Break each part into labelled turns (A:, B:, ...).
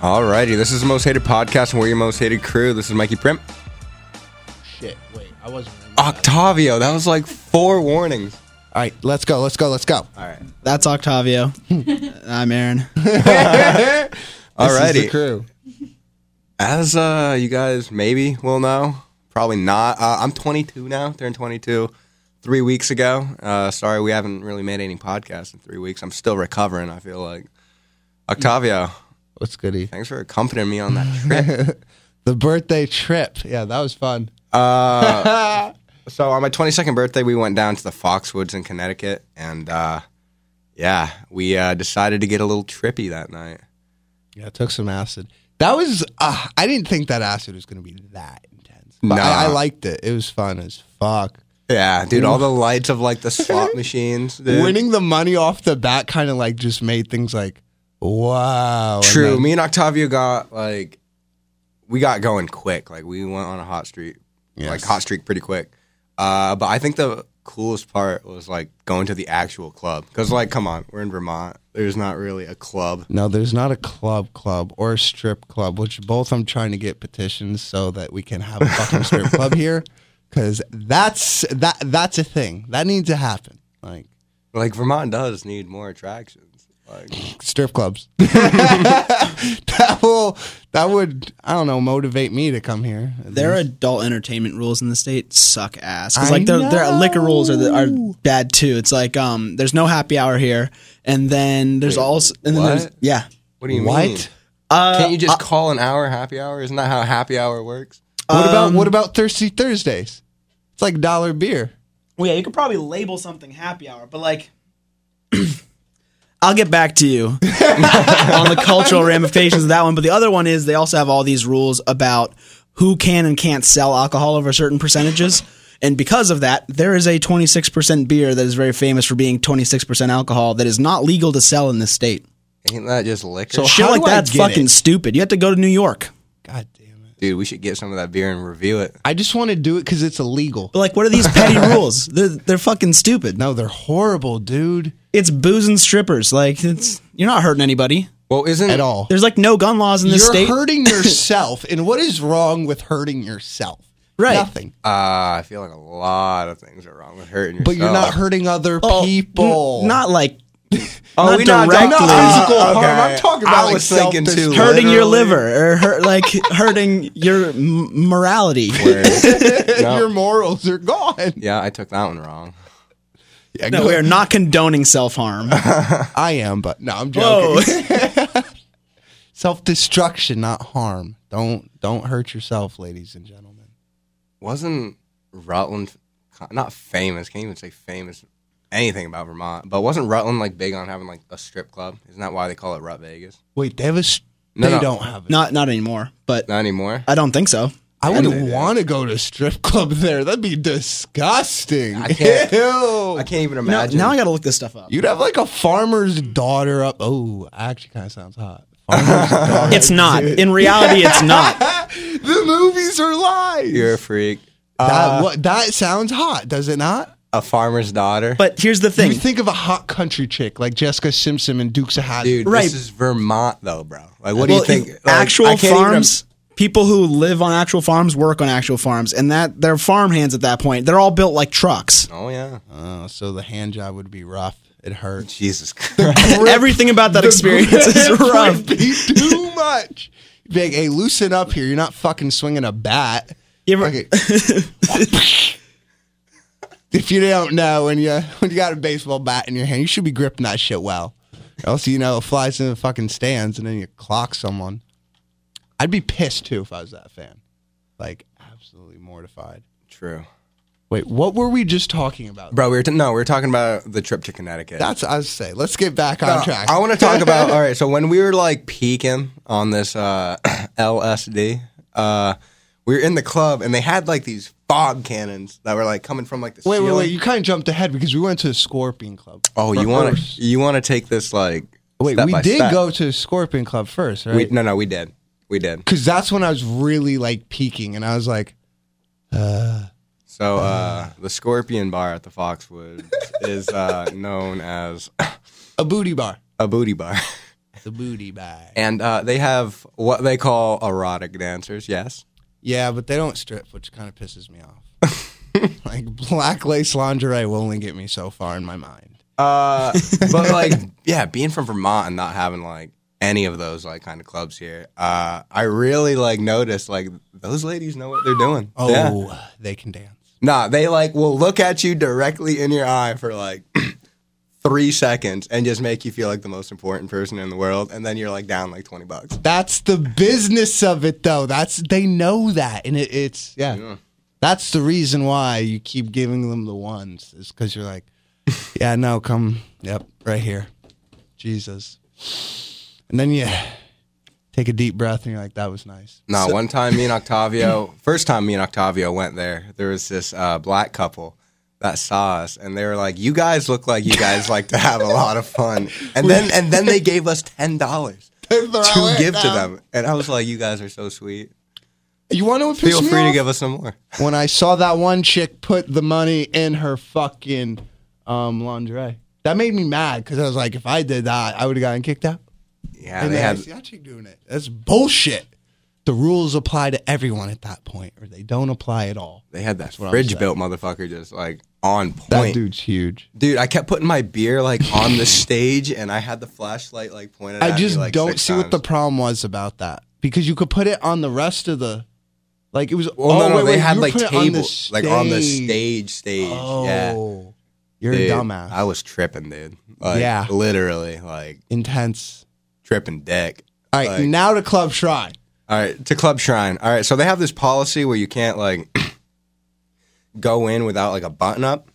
A: Alrighty, this is the most hated podcast, and we're your most hated crew. This is Mikey Primp.
B: Shit, wait, I wasn't. ready.
A: Octavio, that was like four warnings.
C: All right, let's go, let's go, let's go.
A: All right.
D: That's Octavio. I'm Aaron.
C: This is the
A: Alrighty.
C: crew.
A: As uh, you guys maybe will know, probably not. Uh, I'm 22 now, turned 22 three weeks ago. Uh, sorry, we haven't really made any podcasts in three weeks. I'm still recovering, I feel like. Octavio,
C: What's goody?
A: thanks for accompanying me on that trip.
C: The birthday trip. Yeah, that was fun.
A: so, on my 22nd birthday, we went down to the Foxwoods in Connecticut, and uh, yeah, we uh, decided to get a little trippy that night.
C: Yeah, I took some acid. That was. Uh, I didn't think that acid was going to be that intense. But
A: Nah.
C: I, I liked it. It was fun as fuck.
A: Yeah, dude, all the lights of like the slot machines. Dude.
C: Winning the money off the bat kind of like just made things like wow. and
A: True.
C: then-
A: Me and Octavio got like we got going quick. Like we went on a hot streak, like
C: Yes.
A: hot streak pretty quick. Uh, but I think the coolest part was like going to the actual club because like come on, we're in Vermont. There's not really a club.
C: No, there's not a club club or a strip club, which both I'm trying to get petitions so that we can have a fucking strip club here, because that's that that's a thing that needs to happen. Like
A: Like Vermont does need more attractions. Like
C: strip clubs. that will that would I don't know motivate me to come here.
D: Their adult entertainment rules in the state suck ass.
C: I
D: 'Cause, like their their liquor rules are the, are
C: know.
D: bad too. It's like um, there's no happy hour here, and then there's also and then there's
A: what?
D: yeah.
A: what do you
C: What? Uh,
A: mean? Can't you just call an hour happy hour? Isn't that how happy hour works?
C: What about what about Thirsty Thursdays? It's like dollar beer.
D: Well, yeah, you could probably label something happy hour, but like. I'll get back to you on the cultural ramifications of that one. But the other one is they also have all these rules about who can and can't sell alcohol over certain percentages. And because of that, there is a 26% beer that is very famous for being 26% alcohol that is not legal to sell in this state.
A: Ain't that just liquor?
C: So-
D: Shit
C: how
D: like
C: do I
D: that's
C: get
D: fucking
C: it?
D: stupid. You have to go to New York.
C: God damn it!
A: Dude, we should get some of that beer and review it.
C: I just want to do it because it's illegal.
D: But like, what are these petty rules? They're, they're fucking stupid.
C: No, they're horrible, dude.
D: It's booze and strippers. Like, it's you're not hurting anybody.
A: Well, isn't
C: At all.
D: There's like no gun laws in
C: You're
D: this state.
C: hurting yourself, and what is wrong with hurting yourself?
D: Right.
C: Nothing.
A: Uh, I feel like a lot of things are wrong with hurting yourself.
C: But you're not hurting other
D: Oh,
C: people.
D: n- not like
A: Oh,
D: not
A: we not
D: directly.
A: talking about physical harm.
C: I'm talking about
A: I
C: like
A: was thinking too.
C: self-destruct.
D: hurting your
A: literally.
D: liver or hurt, like hurting your m- morality.
A: No.
C: Your morals are gone.
A: Yeah, I took that one wrong.
C: Yeah,
D: No,
C: go-
D: we are not condoning self harm.
C: I am, but no, I'm joking.
D: Whoa,
C: Self destruction, not harm. Don't don't hurt yourself, ladies and gentlemen.
A: Wasn't Rutland not famous? Can't even say famous anything about Vermont. But wasn't Rutland like big on having like a strip club? Isn't that why they call it Rut Vegas?
C: Wait, they have a. s-
A: No,
C: they
A: no.
C: don't have. It.
D: not not anymore. But
A: Not anymore.
D: I don't think so.
C: I
A: they
C: wouldn't
A: do.
C: want to go to a strip club there. That'd be disgusting.
A: I can't-
C: Ew.
A: I can't even
D: Now,
A: imagine.
D: now I got to look this stuff up.
C: You'd have like a farmer's daughter up. Oh, actually, kind of sounds hot. Farmer's daughter.
D: It's not. In reality, it's not.
C: the movies are lies.
A: you're uh, a freak.
C: that, what, that sounds hot, does it not?
A: A farmer's daughter.
D: But here's the
C: You
D: thing.
C: think of a hot country chick like Jessica Simpson and Dukes of Hazzard.
A: Dude,
D: right.
A: this is Vermont though, bro. Like, what
D: well,
A: do you think? Like, I
D: actual
A: can't even-
D: farms. People who live on actual farms work on actual farms, and that they're farm hands at that point. They're all built like trucks.
A: Oh yeah.
C: Oh, so the hand job would be rough. It hurts.
A: Jesus Christ.
D: Everything about that experience is rough.
C: be too much. Be like, hey, loosen up here. You're not fucking swinging a bat.
D: You ever-
C: Okay. if you don't know, when you when you got a baseball bat in your hand, you should be gripping that shit well. Or else you know it flies in the fucking stands and then you clock someone. I'd be pissed too if I was that fan. Like absolutely mortified.
A: True.
C: Wait, what were we just talking about?
A: Bro, we were t- no, we were talking about the trip to Connecticut.
C: That's I was say. Let's get back on
A: Uh,
C: track.
A: I want to talk about all right. So when we were like peaking on this uh, LSD, uh, we were in the club and they had like these fog cannons that were like coming from like the
C: Wait, wait,
A: ceiling.
C: wait! You kind of jumped ahead because we went to the Scorpion Club.
A: Oh, you want
C: First.
A: to you want to take this like
C: Wait,
A: step
C: we
A: by
C: did
A: step.
C: go to the Scorpion Club first,
A: We,
C: right?
A: no, no, we did, we did.
C: Because that's when I was really like peaking, and I was like,
A: So uh, the Scorpion Bar at the Foxwoods is uh, known as
C: a booty bar.
A: a booty bar.
C: The booty bag.
A: And uh, they have what they call erotic dancers. Yes.
C: Yeah, but they don't strip, which kind of pisses me off. like black lace lingerie will only get me so far in my mind.
A: Uh, but like, yeah, being from Vermont and not having like any of those like kind of clubs here, uh, I really like noticed like those ladies know what they're doing.
C: Oh,
A: Yeah.
C: they can dance.
A: Nah, they like will look at you directly in your eye for like three seconds and just make you feel like the most important person in the world, and then you're like down like twenty bucks.
C: That's the business of it, though. That's they know that, and it, it's yeah. That's the reason why you keep giving them the ones is because you're like, yeah, no, come, yep, right here, Jesus, and then you take a deep breath and you're like, that was nice.
A: No, one time me and Octavio, first time me and Octavio went there, there was this uh, black couple that saw us, and they were like, "You guys look like you guys like to have a lot of fun," and then and then they gave us ten dollars
C: Oh,
A: to give to them, and I was like, "You guys are so sweet.
C: You want to
A: Feel free to give us some more."
C: when I saw that one chick put the money in her fucking um, lingerie. That made me mad because I was like, if I did that, I would have gotten kicked out.
A: Yeah,
C: And
A: they
C: then I
A: had
C: see that chick doing it. That's bullshit. The rules apply to everyone at that point, or they don't apply at all.
A: they had that
C: what I'm
A: fridge
C: saying.
A: built motherfucker just like on point.
C: That dude's huge.
A: Dude, I kept putting my beer like on the stage, and I had the flashlight like pointed. at
C: I
A: me,
C: just
A: like,
C: don't
A: six
C: see what the
A: times.
C: problem was about that because you could put it on the rest of the, like it was.
A: Well, no,
C: oh,
A: no,
C: wait,
A: they
C: wait,
A: had
C: you
A: like
C: put it on the
A: tables, like on the
C: stage.
A: stage, stage.
C: Oh,
A: Yeah,
C: you're
A: Dude,
C: a dumbass.
A: I was tripping, dude. Like,
C: Yeah.
A: literally, like
C: Intense.
A: tripping dick.
C: All right,
A: Like-
C: now to Club Shrine.
A: All right, to Club Shrine. All right, so they have this policy where you can't like go in without like a button up.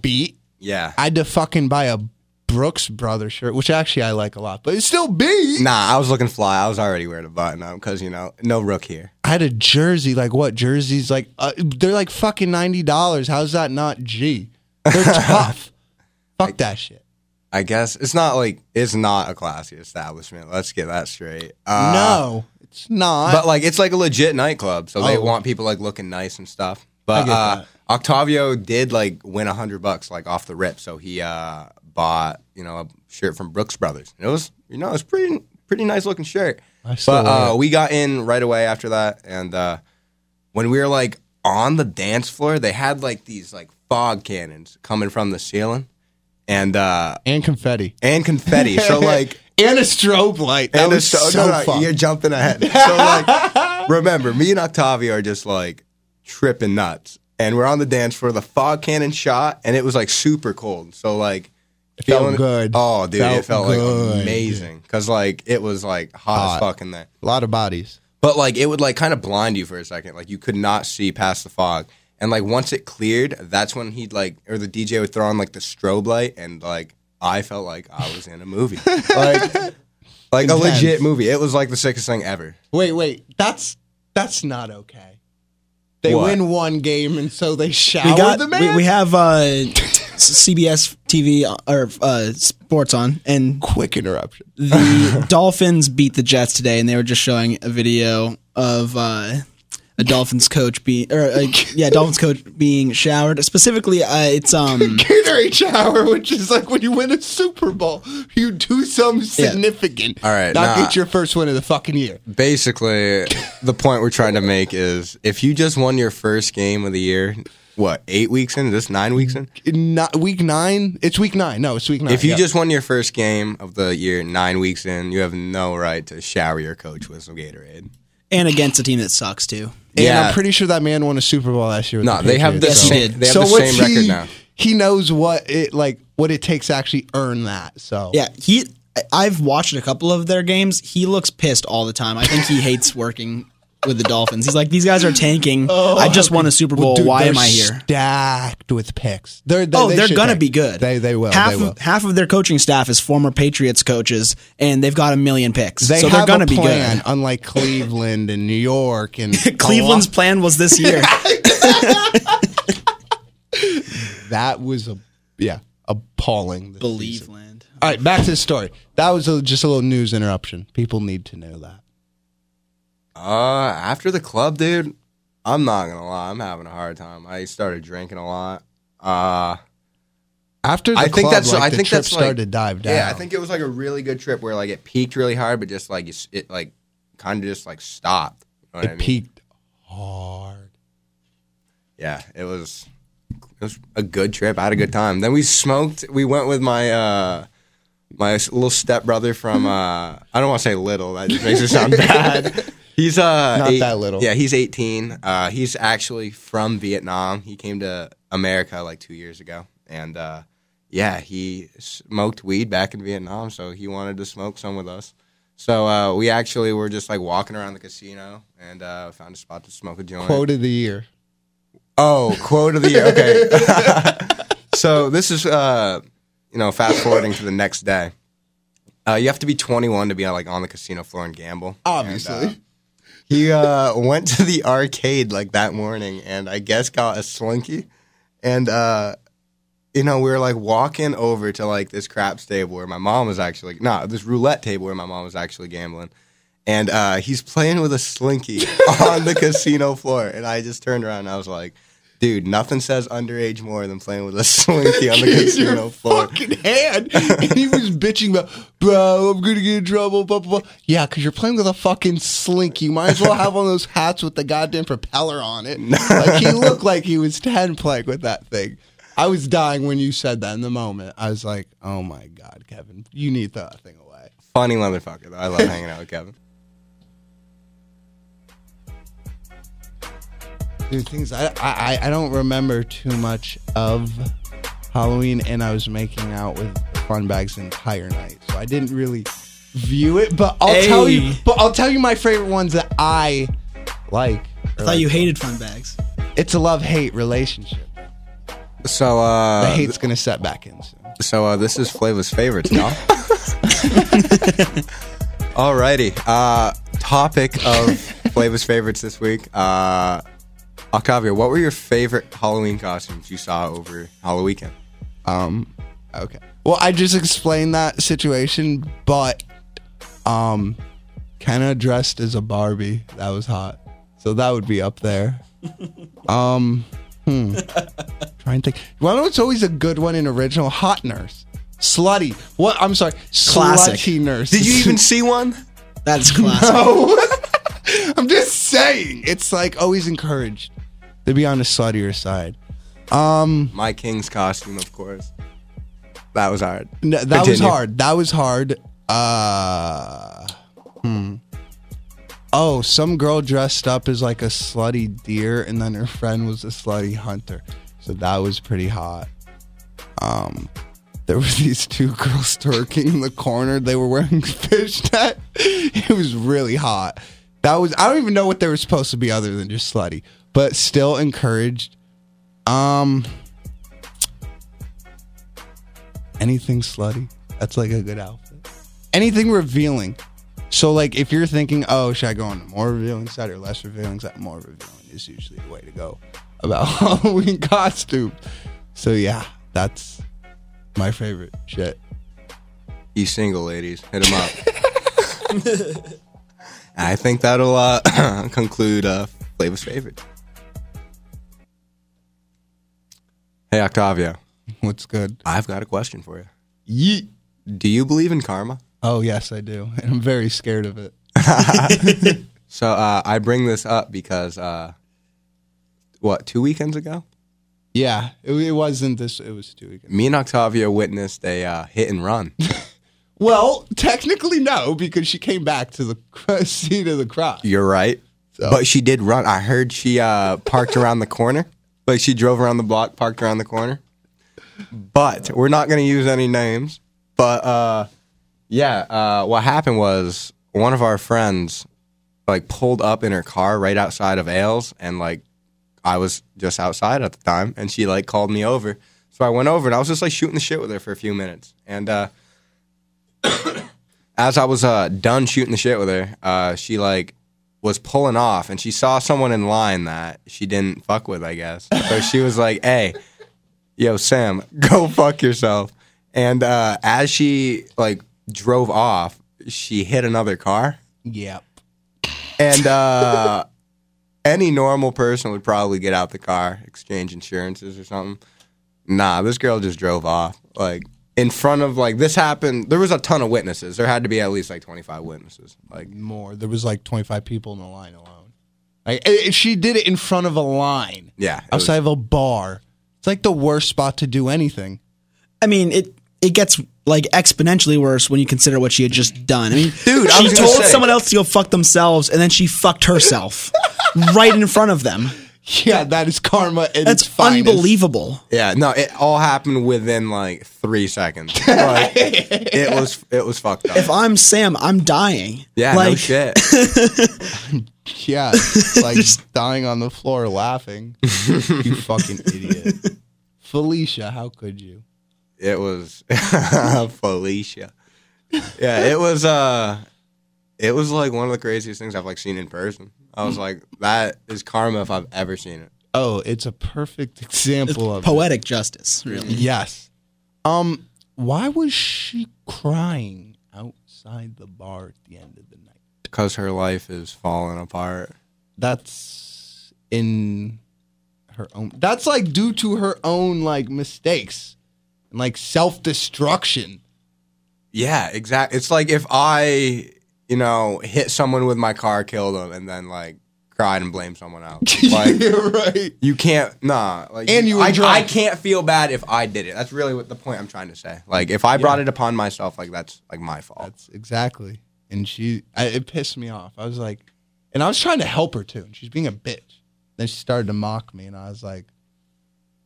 C: Beat.
A: Yeah,
C: I had to fucking buy a Brooks Brothers shirt, which actually I like a lot, but it's still beat.
A: nah, I was looking fly. I was already wearing a button up because you know no rook here.
C: I had a jersey, like what jerseys? Like uh, they're like fucking ninety dollars. How's that not G? They're tough. Fuck that shit.
A: I guess it's not like it's not a classy establishment. Let's get that straight. Uh,
C: no, it's not.
A: but like it's like a legit nightclub, so they
C: Oh.
A: want people like looking nice and stuff. But
C: get
A: uh,
C: that.
A: Octavio did like win a hundred bucks like off the rip, so he uh, bought you know a shirt from Brooks Brothers. And it was you know it was pretty pretty nice looking shirt.
C: I still
A: But
C: wear
A: uh, we got in right away after that, and uh, when we were like on the dance floor, they had like these like fog cannons coming from the ceiling, and uh,
C: and confetti
A: and confetti. so like
C: and a strobe light. That
A: and
C: was
A: it's so,
C: so
A: no, no,
C: fun.
A: you're jumping ahead. So like, remember, me and Octavio are just like tripping nuts, and we're on the dance floor. The fog cannon shot, and it was like super cold. So like,
C: felt good.
A: Oh, dude, it
C: Felt
A: felt like
C: good.
A: amazing because like it was like hot, as
C: Hot.
A: fuck in there.
C: a lot of bodies.
A: But like, it would like kind of blind you for a second. Like you could not see past the fog. And like once it cleared, that's when he'd like, or the DJ would throw on like the strobe light, and like I felt like I was in a movie. like. Like a
C: Intense.
A: legit movie. It was like the sickest thing ever.
C: Wait, wait, that's that's not okay. They
A: What?
C: win one game and so they shower
D: We got
C: the man.
D: we, we have uh, CBS TV or uh, sports on, and
C: quick interruption.
D: the Dolphins beat the Jets today, and they were just showing a video of uh, a Dolphins coach being, or uh, yeah, Dolphins coach being showered. Specifically, uh, it's um,
C: Gatorade shower, which is like when you win a Super Bowl, you do something significant.
A: All right,
C: not
A: nah.
C: get your first win of the fucking year.
A: basically the point we're trying to make is if you just won your first game of the year what eight weeks in is this nine weeks in
C: Not week nine. It's week nine. No, it's week nine.
A: if you
C: yeah.
A: just won your first game of the year nine weeks in you have no right to shower your coach with some gatorade
D: and against a team that sucks too.
C: and
A: yeah.
C: I'm pretty sure that man won a Super Bowl last year. With
A: no
C: the
A: they have the
C: Patriots,
D: Yes, he
A: same,
D: did.
A: they have
C: so
A: the
C: what's
A: same record
C: he,
A: now
C: He knows what it like what it takes to actually earn that. So
D: Yeah, he. I- I've watched a couple of their games. He looks pissed all the time. I think he hates working with the Dolphins. He's like, these guys are tanking. I just won a Super Bowl.
C: Oh, Dude,
D: Why
C: they're
D: am I here?
C: Stacked with picks. They're, they,
D: Oh,
C: they
D: they are
C: should
D: gonna
C: tank.
D: be good.
C: They they will.
D: Half
C: they will.
D: of half of their coaching staff is former Patriots coaches, and they've got a million picks.
C: They
D: so
C: have
D: they're gonna
C: a
D: be
C: plan,
D: good.
C: unlike Cleveland and New York and
D: Cleveland's plan was this year.
C: that was a yeah appalling. this season.
D: Believeland.
C: All right, back to the story. That was a, just a little news interruption. People need to know that.
A: uh after the club dude i'm not gonna lie i'm having a hard time i started drinking a lot uh
C: After the
A: I think
C: club,
A: that's.
C: like,
A: I
C: the
A: think
C: trip
A: that's like-
C: started to dive down.
A: Yeah, I think it was like a really good trip where like it peaked really hard, but just like it's- it like kind of just like stopped. You know what
C: it
A: I mean?
C: peaked hard.
A: Yeah, it was. It was a good trip. I had a good time. Then we smoked. We went with my uh my s- little stepbrother from. uh I don't want to say little. That just makes it sound bad. He's uh
C: Not that little.
A: Yeah, he's eighteen. Uh, he's actually from Vietnam. He came to America like two years ago, and uh, yeah, he smoked weed back in Vietnam, so he wanted to smoke some with us. So uh, we actually were just like walking around the casino and uh, found a spot to smoke a joint.
C: Quote of the year.
A: Oh, quote of the year. Okay. so this is, uh, you know, fast forwarding to the next day. Uh, you have to be 21 to be uh, like on the casino floor and gamble.
C: Obviously.
A: He uh, went to the arcade like that morning, and I guess got a slinky. And uh, you know, we were like walking over to like this craps table where my mom was actually no, this roulette table where my mom was actually gambling. And uh, he's playing with a slinky on the casino floor, and I just turned around and I was like, "Dude, nothing says underage more than playing with a slinky on the casino
C: your
A: floor."
C: fucking hand. and he was bitching about, bro, I'm gonna get in trouble, blah blah blah. Yeah, because you're playing with a fucking slink. You might as well have one of those hats with the goddamn propeller on it. like he looked like he was ten playing with that thing. I was dying when you said that in the moment. I was like, oh my god, Kevin, you need to throw that thing away.
A: Funny motherfucker, though. I love hanging out with Kevin.
C: Dude, things I, I I- I don't remember too much of Halloween, and I was making out with fun bags the entire night, so I didn't really view it. But I'll tell you,
D: Hey.
C: but I'll tell you my favorite ones that I like.
D: I thought you hated fun bags.
C: It's a love hate relationship.
A: So,
C: The
A: uh,
C: hate's gonna set back in soon.
A: So uh, this is Flavor's favorites, y'all. Alrighty. Uh, topic of Flavor's favorites this week. Uh, Octavia, what were your favorite Halloween costumes you saw over Halloween weekend?
C: Um, okay. Well, I just explained that situation, but um, Kenna dressed as a Barbie. That was hot. So that would be up there. um, hmm. Trying to think. You know what's always a good one in original? Hot nurse. Slutty. What? I'm sorry.
D: Classic.
C: Slutty nurse.
A: Did you even see one?
D: That's classic.
C: I'm just saying. It's like always encouraged to be on the sluttier side. Um,
A: My king's costume, of course. That was hard.
C: No, that was
A: Continue.
C: hard. That was hard. Uh, hmm. Oh, some girl dressed up as like a slutty deer, and then her friend was a slutty hunter. So that was pretty hot. Um, there were these two girls twerking in the corner. They were wearing fish net. It was really hot. That was. I don't even know what they were supposed to be other than just slutty, but still encouraged. Um anything slutty. That's like a good outfit. Anything revealing. So like if you're thinking, oh, should I go on the more revealing side or less revealing side? More revealing is usually the way to go about Halloween costume. So yeah, that's my favorite shit.
A: You single ladies, hit him up. I think that'll uh, conclude uh, Flavor's favorites. Hey, Octavia.
C: What's good?
A: I've got a question for you.
C: Yeet.
A: Do you believe in karma?
C: Oh yes, I do, and I'm very scared of it.
A: So uh, I bring this up because uh, what two weekends ago,
C: Yeah, it, it wasn't this. It was two weekends.
A: me and Octavia witnessed a uh, hit and run.
C: Well, technically no, because she came back to the seat of the crowd.
A: You're right,
C: So-
A: but she did run. I heard she uh, parked around the corner, like she drove around the block, parked around the corner. But we're not going to use any names. But uh, yeah, uh, what happened was one of our friends like pulled up in her car right outside of Ailes, and like I was just outside at the time, and she like called me over. So I went over and I was just like shooting the shit with her for a few minutes. And uh, as I was uh, done shooting the shit with her, uh, she like was pulling off, and she saw someone in line that she didn't fuck with, I guess. So she was like, "Hey, yo, Sam, go fuck yourself." And uh, as she like drove off, she hit another car.
C: Yep.
A: And uh, any normal person would probably get out the car, exchange insurances or something. nah, this girl just drove off. Like in front of like this happened. There was a ton of witnesses. There had to be at least like twenty five witnesses. Like
C: More. There was like 25 people in the line alone. Like i- i- she did it in front of a line.
A: yeah, it was-
C: Outside of a bar. It's like the worst spot to do anything.
D: I mean, it it gets like exponentially worse when you consider what she had just done. I mean,
A: Dude, I
D: she
A: was gonna
D: told
A: say-
D: someone else to go fuck themselves, and then she fucked herself right in front of them.
C: Yeah, that is karma. at
D: That's
C: its finest.
D: unbelievable.
A: yeah. No, it all happened within like three seconds. Like, it was it was fucked up.
D: If I'm Sam, I'm dying.
A: yeah,
D: like,
A: no shit.
C: Yeah, like dying on the floor laughing. you fucking idiot. Felicia, how could you?
A: It was Felicia. Yeah, it was uh it was like one of the craziest things I've like seen in person. I was like, that is karma if I've ever seen it.
C: Oh, it's a perfect example of it.
D: poetic justice, really.
C: Yes. Um, why was she crying outside the bar at the end of the night?
A: Because her life is falling apart.
C: That's in her own. That's like due to her own like mistakes and like self destruction.
A: Yeah, exactly. It's like if I, you know, hit someone with my car, killed them, and then like cried and blamed someone else. Like
C: right.
A: you can't, nah. Like,
C: And you were
A: I,
C: drunk.
A: I can't feel bad if I did it. That's really what the point I'm trying to say. Like if I brought it upon myself, like that's like my fault.
C: That's exactly. And she, I, it pissed me off. I was like, and I was trying to help her too. And she's being a bitch. Then she started to mock me, and I was like,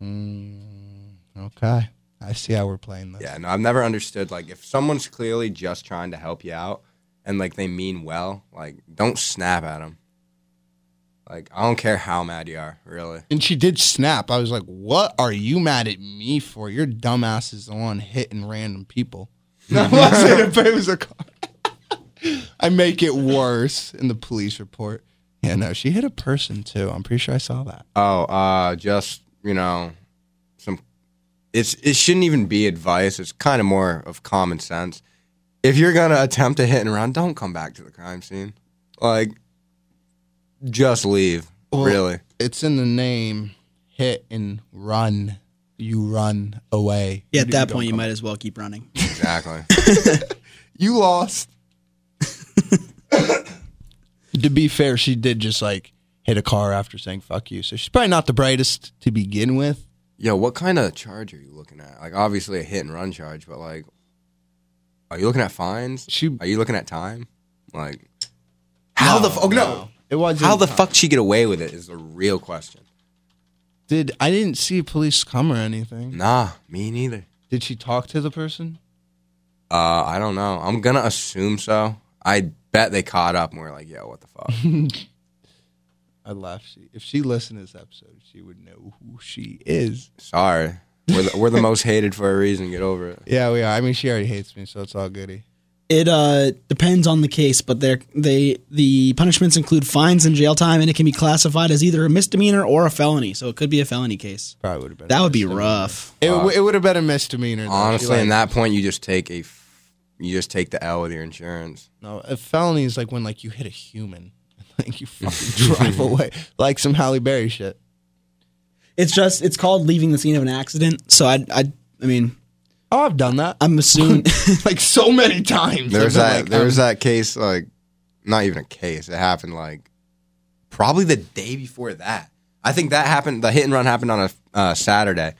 C: mm, okay, I see how we're playing this.
A: Yeah, no, I've never understood like if someone's clearly just trying to help you out and like they mean well, like don't snap at them. Like I don't care how mad you are, really.
C: And she did snap. I was like, what are you mad at me for? Your dumbass is the one hitting random people. No, it wasn't. It was a car. I make it worse in the police report. Yeah, no, she hit a person too. I'm pretty sure I saw that.
A: Oh, uh, just you know, some. It's it shouldn't even be advice. It's kind of more of common sense. If you're gonna attempt to hit and run, don't come back to the crime scene. Like, just leave.
C: Well,
A: really.
C: it's in the name hit and run you run away
D: Yeah, at that point, you might as well keep running.
A: Exactly.
C: you lost to be fair she did just like hit a car after saying fuck you so she's probably not the brightest to begin with
A: Yo, what kind of charge are you looking at? Like, obviously a hit and run charge, but like, are you looking at fines?
C: She-
A: Are you looking at time? Like, how the fuck? no.
C: it was
A: How the fuck she get away with it is the real question.
C: did i didn't see police come or anything
A: Nah, me neither.
C: did she talk to the person
A: Uh, I don't know. I'm gonna assume so. I bet they caught up and were like, "Yo, what the fuck?"
C: i laugh she, if she listened to this episode she would know who she is
A: Sorry, we're the, we're the most hated for a reason. Get over it.
C: yeah we are i mean she already hates me so it's all goody
D: It uh, depends on the case, but they they the punishments include fines and jail time, and it can be classified as either a misdemeanor or a felony. So it could be a felony case.
C: probably would have been
D: That would be
C: arrested.
D: rough.
C: It, w- it would have been a misdemeanor. though.
A: Honestly,
C: She,
A: at
C: like,
A: that point, you just take a, f- you just take the L with your insurance.
C: no, a felony is like when like you hit a human, like you fucking drive away, like some Halle Berry shit.
D: It's just it's called leaving the scene of an accident. So I I I mean
C: Oh, I've done that
D: I'm assuming
C: like so many times.
A: There
C: I've
A: was
C: been
A: that.
C: like,
A: there
C: I'm-
A: was that case. Like, not even a case. It happened like probably the day before that. I think that happened. The hit and run happened on a uh, Saturday,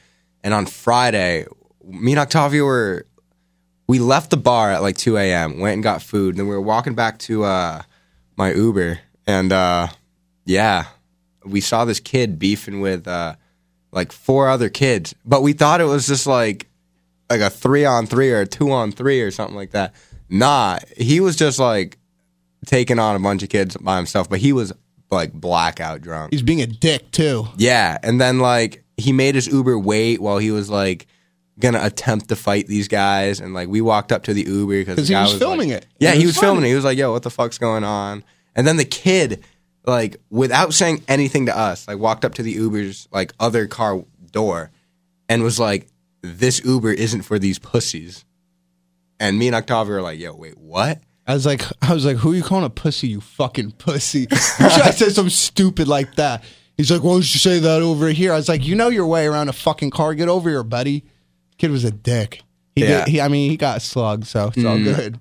A: and on Friday, me and Octavia were we left the bar at like 2 a.m. Went and got food, and then we were walking back to uh, my Uber, and uh, yeah, we saw this kid beefing with uh, like four other kids, but we thought it was just like like a three on three or a two on three or something like that. Nah, he was just like taking on a bunch of kids by himself, but he was like blackout drunk.
C: He's being a dick too.
A: Yeah, and then like he made his Uber wait while he was like gonna attempt to fight these guys, and like we walked up to the Uber because
C: 'Cause he was filming it.
A: Yeah,
C: It
A: he
C: was
A: was
C: funny.
A: filming it. He was like, "Yo, what the fuck's going on?" And then the kid, like, without saying anything to us, like walked up to the Uber's like other car door, and was like, "This Uber isn't for these pussies." And me and Octavia were like, "Yo, wait, what?"
C: I was like, I was like, who are you calling a pussy? You fucking pussy. You should have said something stupid like that. He's like, why don't you say that over here? I was like, you know your way around a fucking car. Get over here, buddy. Kid was a dick. He
A: Yeah.
C: did. He, I mean, he got slugged, so it's all good.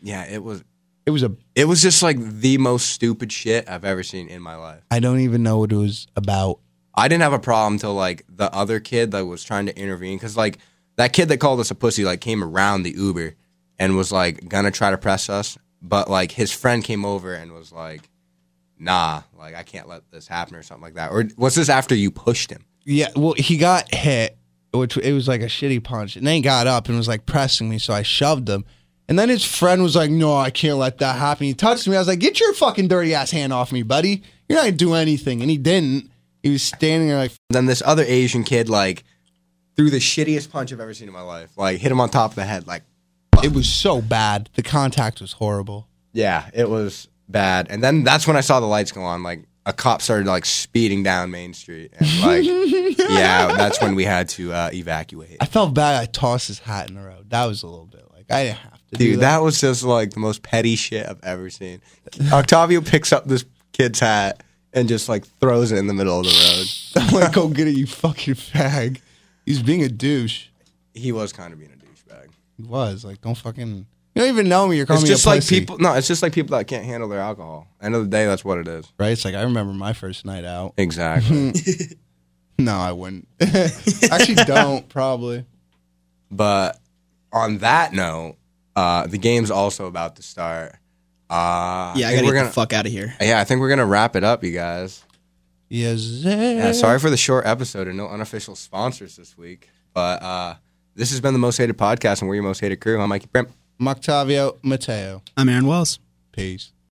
A: Yeah, it was.
C: It was a.
A: It was just like the most stupid shit I've ever seen in my life.
C: I don't even know what it was about.
A: I didn't have a problem till like the other kid that was trying to intervene because like that kid that called us a pussy like came around the Uber and was like gonna try to press us, but like his friend came over and was like, "Nah, like I can't let this happen" or something like that. Or was this after you pushed him?
C: Yeah, well, he got hit, which it was like a shitty punch, and then he got up and was like pressing me, so I shoved him. And then his friend was like, "No, I can't let that happen." He touched me. I was like, "Get your fucking dirty ass hand off me, buddy! You're not gonna do anything." And he didn't. He was standing there like,
A: Then this other Asian kid like threw the shittiest punch I've ever seen in my life. Like hit him on top of the head. Like
C: it was so bad. The contact was horrible.
A: yeah, it was bad. And then that's when I saw the lights go on. Like a cop started like speeding down Main Street and like yeah, that's when we had to uh, evacuate.
C: I felt bad. I tossed his hat in the road. That was a little bit like I didn't have to do
A: Dude,
C: that.
A: that was just like the most petty shit I've ever seen. Octavio picks up this kid's hat and just like throws it in the middle of the road.
C: I'm like, "Go get it, you fucking fag." He's being a douche.
A: He was kind of being a douchebag.
C: He was like, "Don't fucking." You don't even know me. You're calling
A: It's
C: me
A: just
C: a
A: like
C: pussy.
A: people. No, it's just like people that can't handle their alcohol. End of the day, that's what it is.
C: right? It's like I remember my first night out. Mm-hmm.
A: Exactly.
C: No, I wouldn't. Actually, don't probably.
A: but on that note, uh, the game's also about to start. Uh,
D: Yeah, I
A: think
D: gotta
A: we're
D: get
A: gonna.
D: the fuck out of here.
A: yeah, I think we're gonna wrap it up, you guys.
C: Yes.
A: Yeah, sorry for the short episode and no unofficial sponsors this week. But uh, this has been the most hated podcast, and we're your most hated crew. I'm Mikey Primp.
C: Octavio Mateo.
D: I'm Aaron Wells.
C: Peace.